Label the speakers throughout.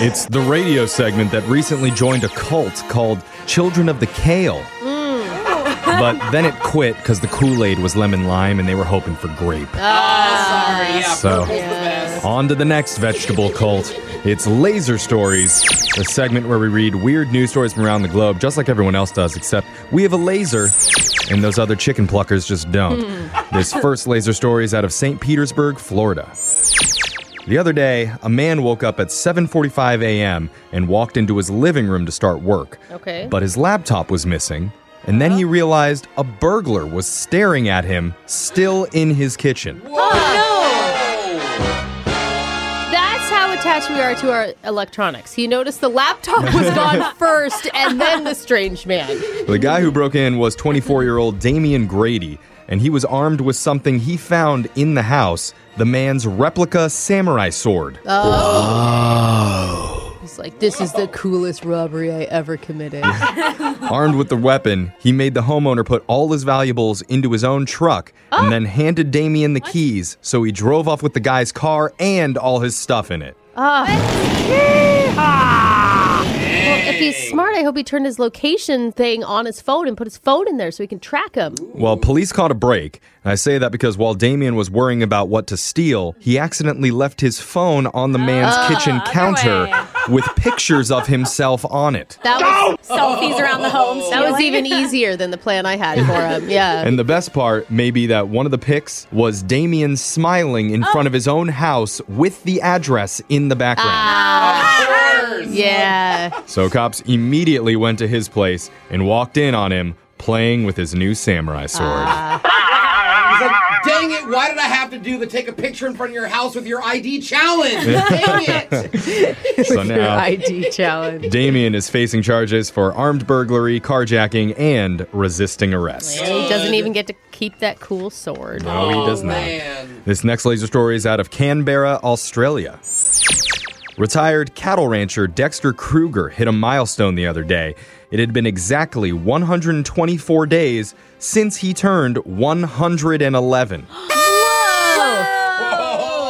Speaker 1: It's the radio segment that recently joined a cult called Children of the Kale. But then it quit because the Kool Aid was lemon lime and they were hoping for grape.
Speaker 2: Sorry, yeah,
Speaker 1: So-
Speaker 2: purple's the best.
Speaker 1: On to the next vegetable cult. It's Laser Stories, the segment where we read weird news stories from around the globe, just like everyone else does, except we have a laser and those other chicken pluckers just don't. This first laser story is out of St. Petersburg, Florida. The other day, a man woke up at 7:45 a.m. and walked into his living room to start work.
Speaker 3: Okay.
Speaker 1: But his laptop was missing, and then he realized a burglar was staring at him still in his kitchen.
Speaker 3: That's how attached we are to our electronics. He noticed the laptop was gone first and then the strange man.
Speaker 1: The guy who broke in was 24 year old Damian Grady, and he was armed with something he found in the house the man's replica samurai sword.
Speaker 3: He's like, this is the coolest robbery I ever committed.
Speaker 1: Armed with the weapon, he made the homeowner put all his valuables into his own truck and then handed Damien the keys, so he drove off with the guy's car and all his stuff in it.
Speaker 3: Ah. Well, Uh, if he's smart, I hope he turned his location thing on his phone and put his phone in there so we can track him.
Speaker 1: Well, police caught a break. And I say that because while Damien was worrying about what to steal, he accidentally left his phone on the man's kitchen counter with pictures of himself on it.
Speaker 3: That was
Speaker 4: Selfies around the home.
Speaker 3: that was even
Speaker 4: stealing.
Speaker 3: easier than the plan I had for him. Yeah.
Speaker 1: And the best part may be that one of the pics was Damien smiling in front of his own house with the address in the background.
Speaker 3: Ah. Uh, yeah.
Speaker 1: So cops immediately went to his place and walked in on him playing with his new samurai sword.
Speaker 2: He's like, dang it, why did I have to do the take a picture in front of your house with your ID challenge? dang it.
Speaker 1: so
Speaker 3: Your
Speaker 1: now
Speaker 3: ID challenge.
Speaker 1: Damien is facing charges for armed burglary, carjacking, and resisting arrest.
Speaker 3: He doesn't even get to keep that cool sword.
Speaker 1: No, he does not.
Speaker 2: Oh, Man.
Speaker 1: This next laser story is out of Canberra, Australia. Retired cattle rancher Dexter Kruger hit a milestone the other day. It had been exactly 124 days since he turned 111.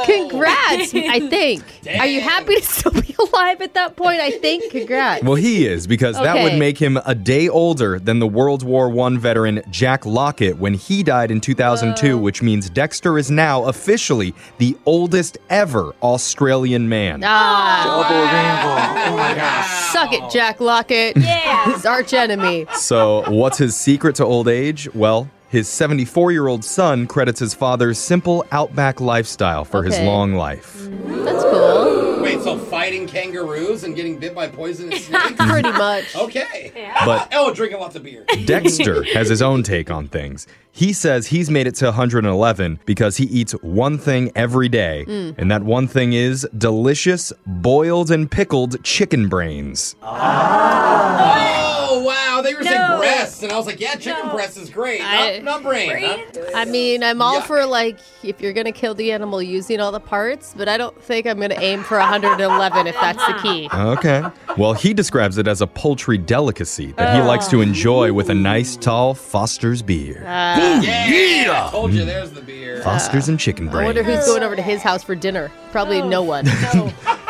Speaker 3: Congrats, I think. Are you happy to still be alive at that point? I think. Congrats.
Speaker 1: Well, he is because that would
Speaker 3: Okay.
Speaker 1: make him a day older than the World War I veteran Jack Lockett when he died in 2002, which means Dexter is now officially the oldest ever Australian man.
Speaker 3: Ah,
Speaker 2: Oh
Speaker 3: suck it, Jack Lockett.
Speaker 4: Yeah.
Speaker 3: His arch enemy.
Speaker 1: So, what's his secret to old age? Well, his 74 year old son credits his father's simple outback lifestyle for his
Speaker 3: Okay.
Speaker 1: long life.
Speaker 3: That's cool.
Speaker 2: Wait, so fighting kangaroos and getting bit by poisonous snakes?
Speaker 3: Pretty much.
Speaker 2: Okay.
Speaker 1: But
Speaker 2: Oh, drinking lots of beer.
Speaker 1: Dexter has his own take on things. He says he's made it to 111 because he eats one thing every day,
Speaker 3: Mm.
Speaker 1: and that one thing is delicious boiled and pickled chicken brains.
Speaker 2: Oh, wow. They were saying
Speaker 4: No.
Speaker 2: breasts. And I was like, yeah, chicken breast is great.
Speaker 3: I-
Speaker 2: not, not brain. huh?
Speaker 3: I mean, I'm all
Speaker 2: Yuck.
Speaker 3: for like if you're gonna kill the animal using all the parts, but I don't think I'm gonna aim for 111 if that's the key.
Speaker 1: Okay. Well, he describes it as a poultry delicacy that he likes
Speaker 3: Oh.
Speaker 1: to enjoy with a nice tall Foster's beer.
Speaker 2: Yeah, I told you there's the beer.
Speaker 1: Foster's and chicken brains.
Speaker 3: Ah. I wonder who's going over to his house for dinner. Probably no one.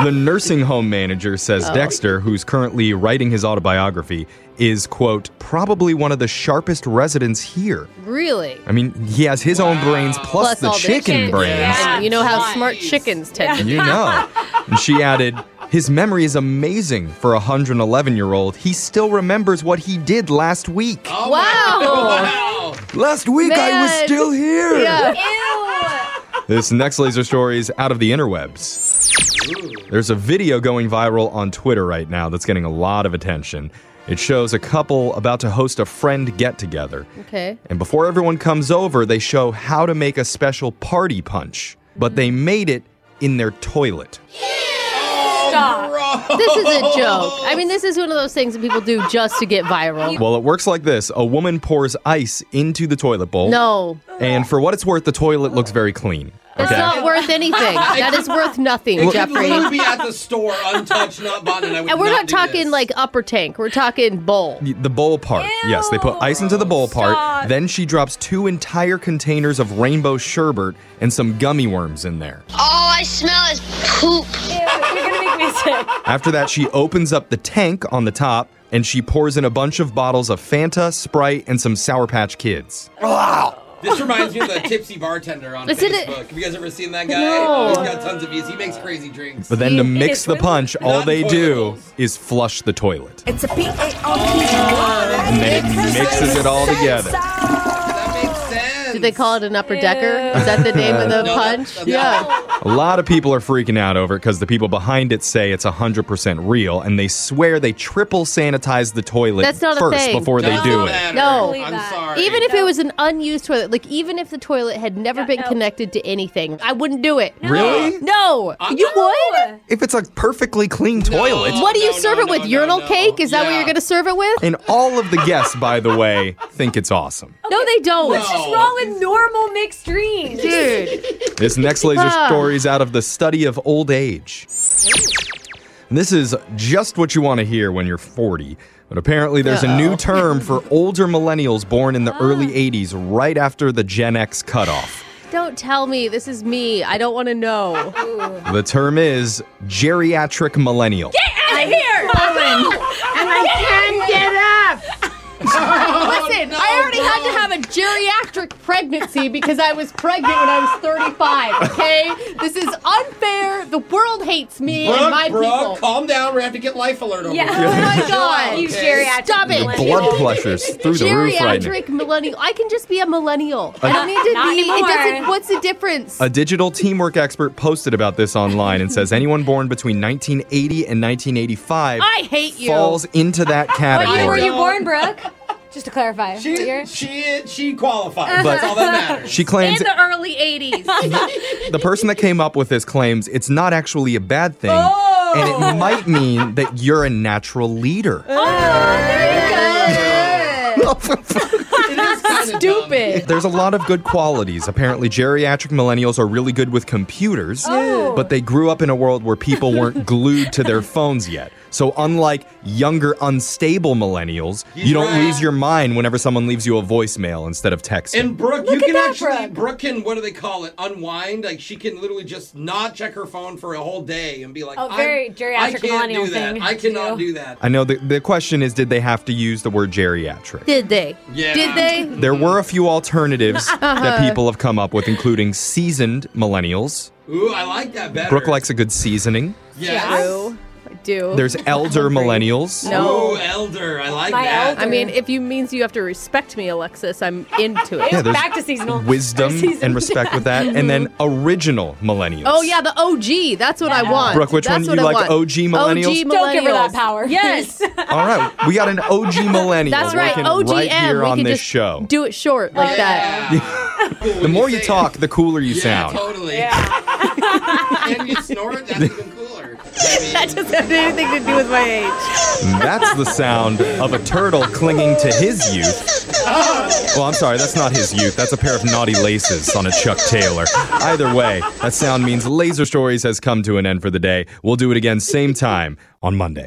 Speaker 1: The nursing home manager says Dexter, who's currently writing his autobiography, is, quote, probably one of the sharpest residents here.
Speaker 3: Really?
Speaker 1: I mean, he has his own brains plus,
Speaker 3: Plus
Speaker 1: the
Speaker 3: all the
Speaker 1: chicken
Speaker 3: chicken.
Speaker 1: brains.
Speaker 4: Yeah.
Speaker 3: And you know how
Speaker 2: Nice.
Speaker 3: smart chickens tend to be.
Speaker 1: You know. And she added, his memory is amazing for a 111 year old. He still remembers what he did last week.
Speaker 2: Oh,
Speaker 3: Wow.
Speaker 2: wow.
Speaker 1: Last week I was
Speaker 3: Man.
Speaker 1: still here.
Speaker 3: Yeah.
Speaker 1: This next laser story is out of the interwebs. There's a video going viral on Twitter right now that's getting a lot of attention. It shows a couple about to host a friend get together.
Speaker 3: Okay.
Speaker 1: And before everyone comes over, they show how to make a special party punch. But they made it in their toilet.
Speaker 2: Bro.
Speaker 3: This is a joke. I mean, this is one of those things that people do just to get viral.
Speaker 1: Well, it works like this a woman pours ice into the toilet bowl.
Speaker 3: No.
Speaker 1: And for what it's worth, the toilet looks very clean.
Speaker 3: It's not worth anything. That is worth nothing,
Speaker 2: It could
Speaker 3: Jeffrey.
Speaker 2: literally be at the store untouched, not bought, and I would
Speaker 3: And we're not
Speaker 2: do
Speaker 3: talking
Speaker 2: this.
Speaker 3: like upper tank. We're talking bowl.
Speaker 1: The bowl part. Yes, they put ice into the bowl part.
Speaker 4: Stop.
Speaker 1: Then she drops two entire containers of rainbow sherbet and some gummy worms in there.
Speaker 5: All I smell is poop.
Speaker 4: Ew, you're gonna make
Speaker 3: music.
Speaker 1: After that, she opens up the tank on the top and she pours in a bunch of bottles of Fanta, Sprite, and some Sour Patch Kids.
Speaker 2: This reminds me of the tipsy bartender on
Speaker 3: Is it a-
Speaker 2: Facebook. Have you guys ever seen that guy?
Speaker 3: No.
Speaker 2: He's got tons of views. He makes crazy drinks.
Speaker 1: But then to mix the
Speaker 3: toilet?
Speaker 1: punch, all
Speaker 2: Not
Speaker 1: they do
Speaker 2: toilet.
Speaker 1: is flush the toilet.
Speaker 4: It's a P-A-O-P.
Speaker 1: And then it mixes it all together.
Speaker 2: that makes sense.
Speaker 3: Did they call it an upper decker? Is that the name of the
Speaker 2: No,
Speaker 3: punch?
Speaker 2: that's-
Speaker 3: yeah.
Speaker 1: A lot of people are freaking out over it because the people behind it say it's 100% real and they swear they triple sanitize the toilet
Speaker 3: That's not a
Speaker 1: first
Speaker 3: thing.
Speaker 1: before they
Speaker 2: Doesn't
Speaker 1: do it.
Speaker 2: matter.
Speaker 3: No.
Speaker 2: I'm sorry.
Speaker 3: Even if it was an unused toilet, like even if the toilet had never been
Speaker 4: no.
Speaker 3: connected to anything, I wouldn't do it.
Speaker 1: Really?
Speaker 3: No. you would?
Speaker 1: If it's a perfectly clean toilet.
Speaker 3: What do you
Speaker 2: No, no,
Speaker 3: serve it
Speaker 2: no,
Speaker 3: with?
Speaker 2: no,
Speaker 3: Urinal
Speaker 2: no.
Speaker 3: cake? Is that what
Speaker 2: Yeah.
Speaker 3: you're going to serve it with?
Speaker 1: And all of the guests, by the way, think it's awesome.
Speaker 3: No, they don't.
Speaker 2: What's
Speaker 4: What's wrong with normal mixed dreams?
Speaker 3: Dude.
Speaker 1: This next laser
Speaker 3: Ah.
Speaker 1: story is out of the study of old age. And This is just what you want to hear when you're 40. But apparently, there's a new term for older millennials born in the
Speaker 3: Ah.
Speaker 1: early 80s, right after the Gen X cutoff.
Speaker 3: Don't tell me. This is me. I don't want to know.
Speaker 1: The term is geriatric millennial.
Speaker 4: I'm here.
Speaker 3: and I can't get up. Listen, I already had to have a geriatric pregnancy because I was pregnant when I was 35, okay? This is unfair. The world hates me and my
Speaker 2: Brooke,
Speaker 3: people.
Speaker 2: calm down. We're gonna have to get life alert over
Speaker 4: Yeah.
Speaker 2: here.
Speaker 3: Oh my god.
Speaker 4: You geriatric
Speaker 3: Stop it.
Speaker 1: The blood pressures through the roof right now.
Speaker 3: Geriatric millennial. I can just be a millennial. I don't need to
Speaker 4: Not
Speaker 3: be. It
Speaker 4: anymore.
Speaker 3: doesn't, what's the difference?
Speaker 1: A digital teamwork expert posted about this online and says anyone born between 1980 and 1985
Speaker 3: I hate you.
Speaker 1: falls into that
Speaker 4: What year were
Speaker 1: category.
Speaker 4: you born, Brooke? Just to clarify. What
Speaker 2: She,
Speaker 4: year?
Speaker 2: she, she qualifies.
Speaker 1: But-
Speaker 2: That's all that matters.
Speaker 1: She
Speaker 3: in
Speaker 1: claims
Speaker 3: the early 80s.
Speaker 1: the person that came up with this claims it's not actually a bad thing. And it might mean that you're a natural leader.
Speaker 2: it is kind of
Speaker 3: Stupid.
Speaker 1: There's a lot of good qualities. Apparently, geriatric millennials are really good with computers, but they grew up in a world where people weren't glued to their phones yet. So, unlike younger, unstable millennials, you don't
Speaker 2: right.
Speaker 1: lose your mind whenever someone leaves you a voicemail instead of texting.
Speaker 2: And Brooke, you
Speaker 4: at
Speaker 2: can
Speaker 4: that,
Speaker 2: actually
Speaker 4: Brooke.
Speaker 2: Brooke can what do they call it? Unwind. Like she can literally just not check her phone for a whole day and be like,
Speaker 4: Oh,
Speaker 2: I'm-
Speaker 4: very geriatric
Speaker 2: I can't
Speaker 4: millennial
Speaker 2: do that.
Speaker 4: thing
Speaker 2: I
Speaker 4: to
Speaker 2: cannot
Speaker 4: do."
Speaker 2: do that.
Speaker 1: I know the, the question is did they have to use the word geriatric?
Speaker 3: Did they?
Speaker 2: Yeah.
Speaker 3: Did they?
Speaker 1: There were a few alternatives that people have come up with, including seasoned millennials.
Speaker 2: Ooh, I like that better.
Speaker 1: Brooke likes a good seasoning.
Speaker 2: Yes.
Speaker 3: Do. I do.
Speaker 1: There's elder millennials.
Speaker 3: No.
Speaker 2: Ooh, elder. I like
Speaker 4: My
Speaker 2: that.
Speaker 4: elder.
Speaker 3: I mean, if you means you have to respect me, Alexis, I'm into it.
Speaker 1: Yeah, there's
Speaker 4: Back to seasonal.
Speaker 1: Wisdom and respect with that. And then original millennials.
Speaker 3: Oh yeah, the OG. That's what I want.
Speaker 1: Brooke, which
Speaker 3: That's
Speaker 1: one
Speaker 3: what
Speaker 1: you
Speaker 3: I
Speaker 1: like,
Speaker 3: want.
Speaker 1: OG millennials?
Speaker 3: OG
Speaker 4: Don't give her that
Speaker 3: millennials.
Speaker 4: power.
Speaker 3: Yes,
Speaker 1: All right. We got an OG millennial
Speaker 3: that's right.
Speaker 1: working
Speaker 3: OGM.
Speaker 1: right here
Speaker 3: we
Speaker 1: on
Speaker 3: can
Speaker 1: this
Speaker 3: just
Speaker 1: show.
Speaker 3: do it short
Speaker 4: Oh,
Speaker 3: like that.
Speaker 1: the more you talk, the cooler you
Speaker 2: yeah,
Speaker 1: sound.
Speaker 2: totally. and you snort, that's even cooler.
Speaker 3: That doesn't have anything to do with my age.
Speaker 1: That's the sound of a turtle clinging to his youth. Well, I'm sorry, that's not his youth. That's a pair of naughty laces on a Chuck Taylor. Either way, that sound means Laser Stories has come to an end for the day. We'll do it again, same time on Monday.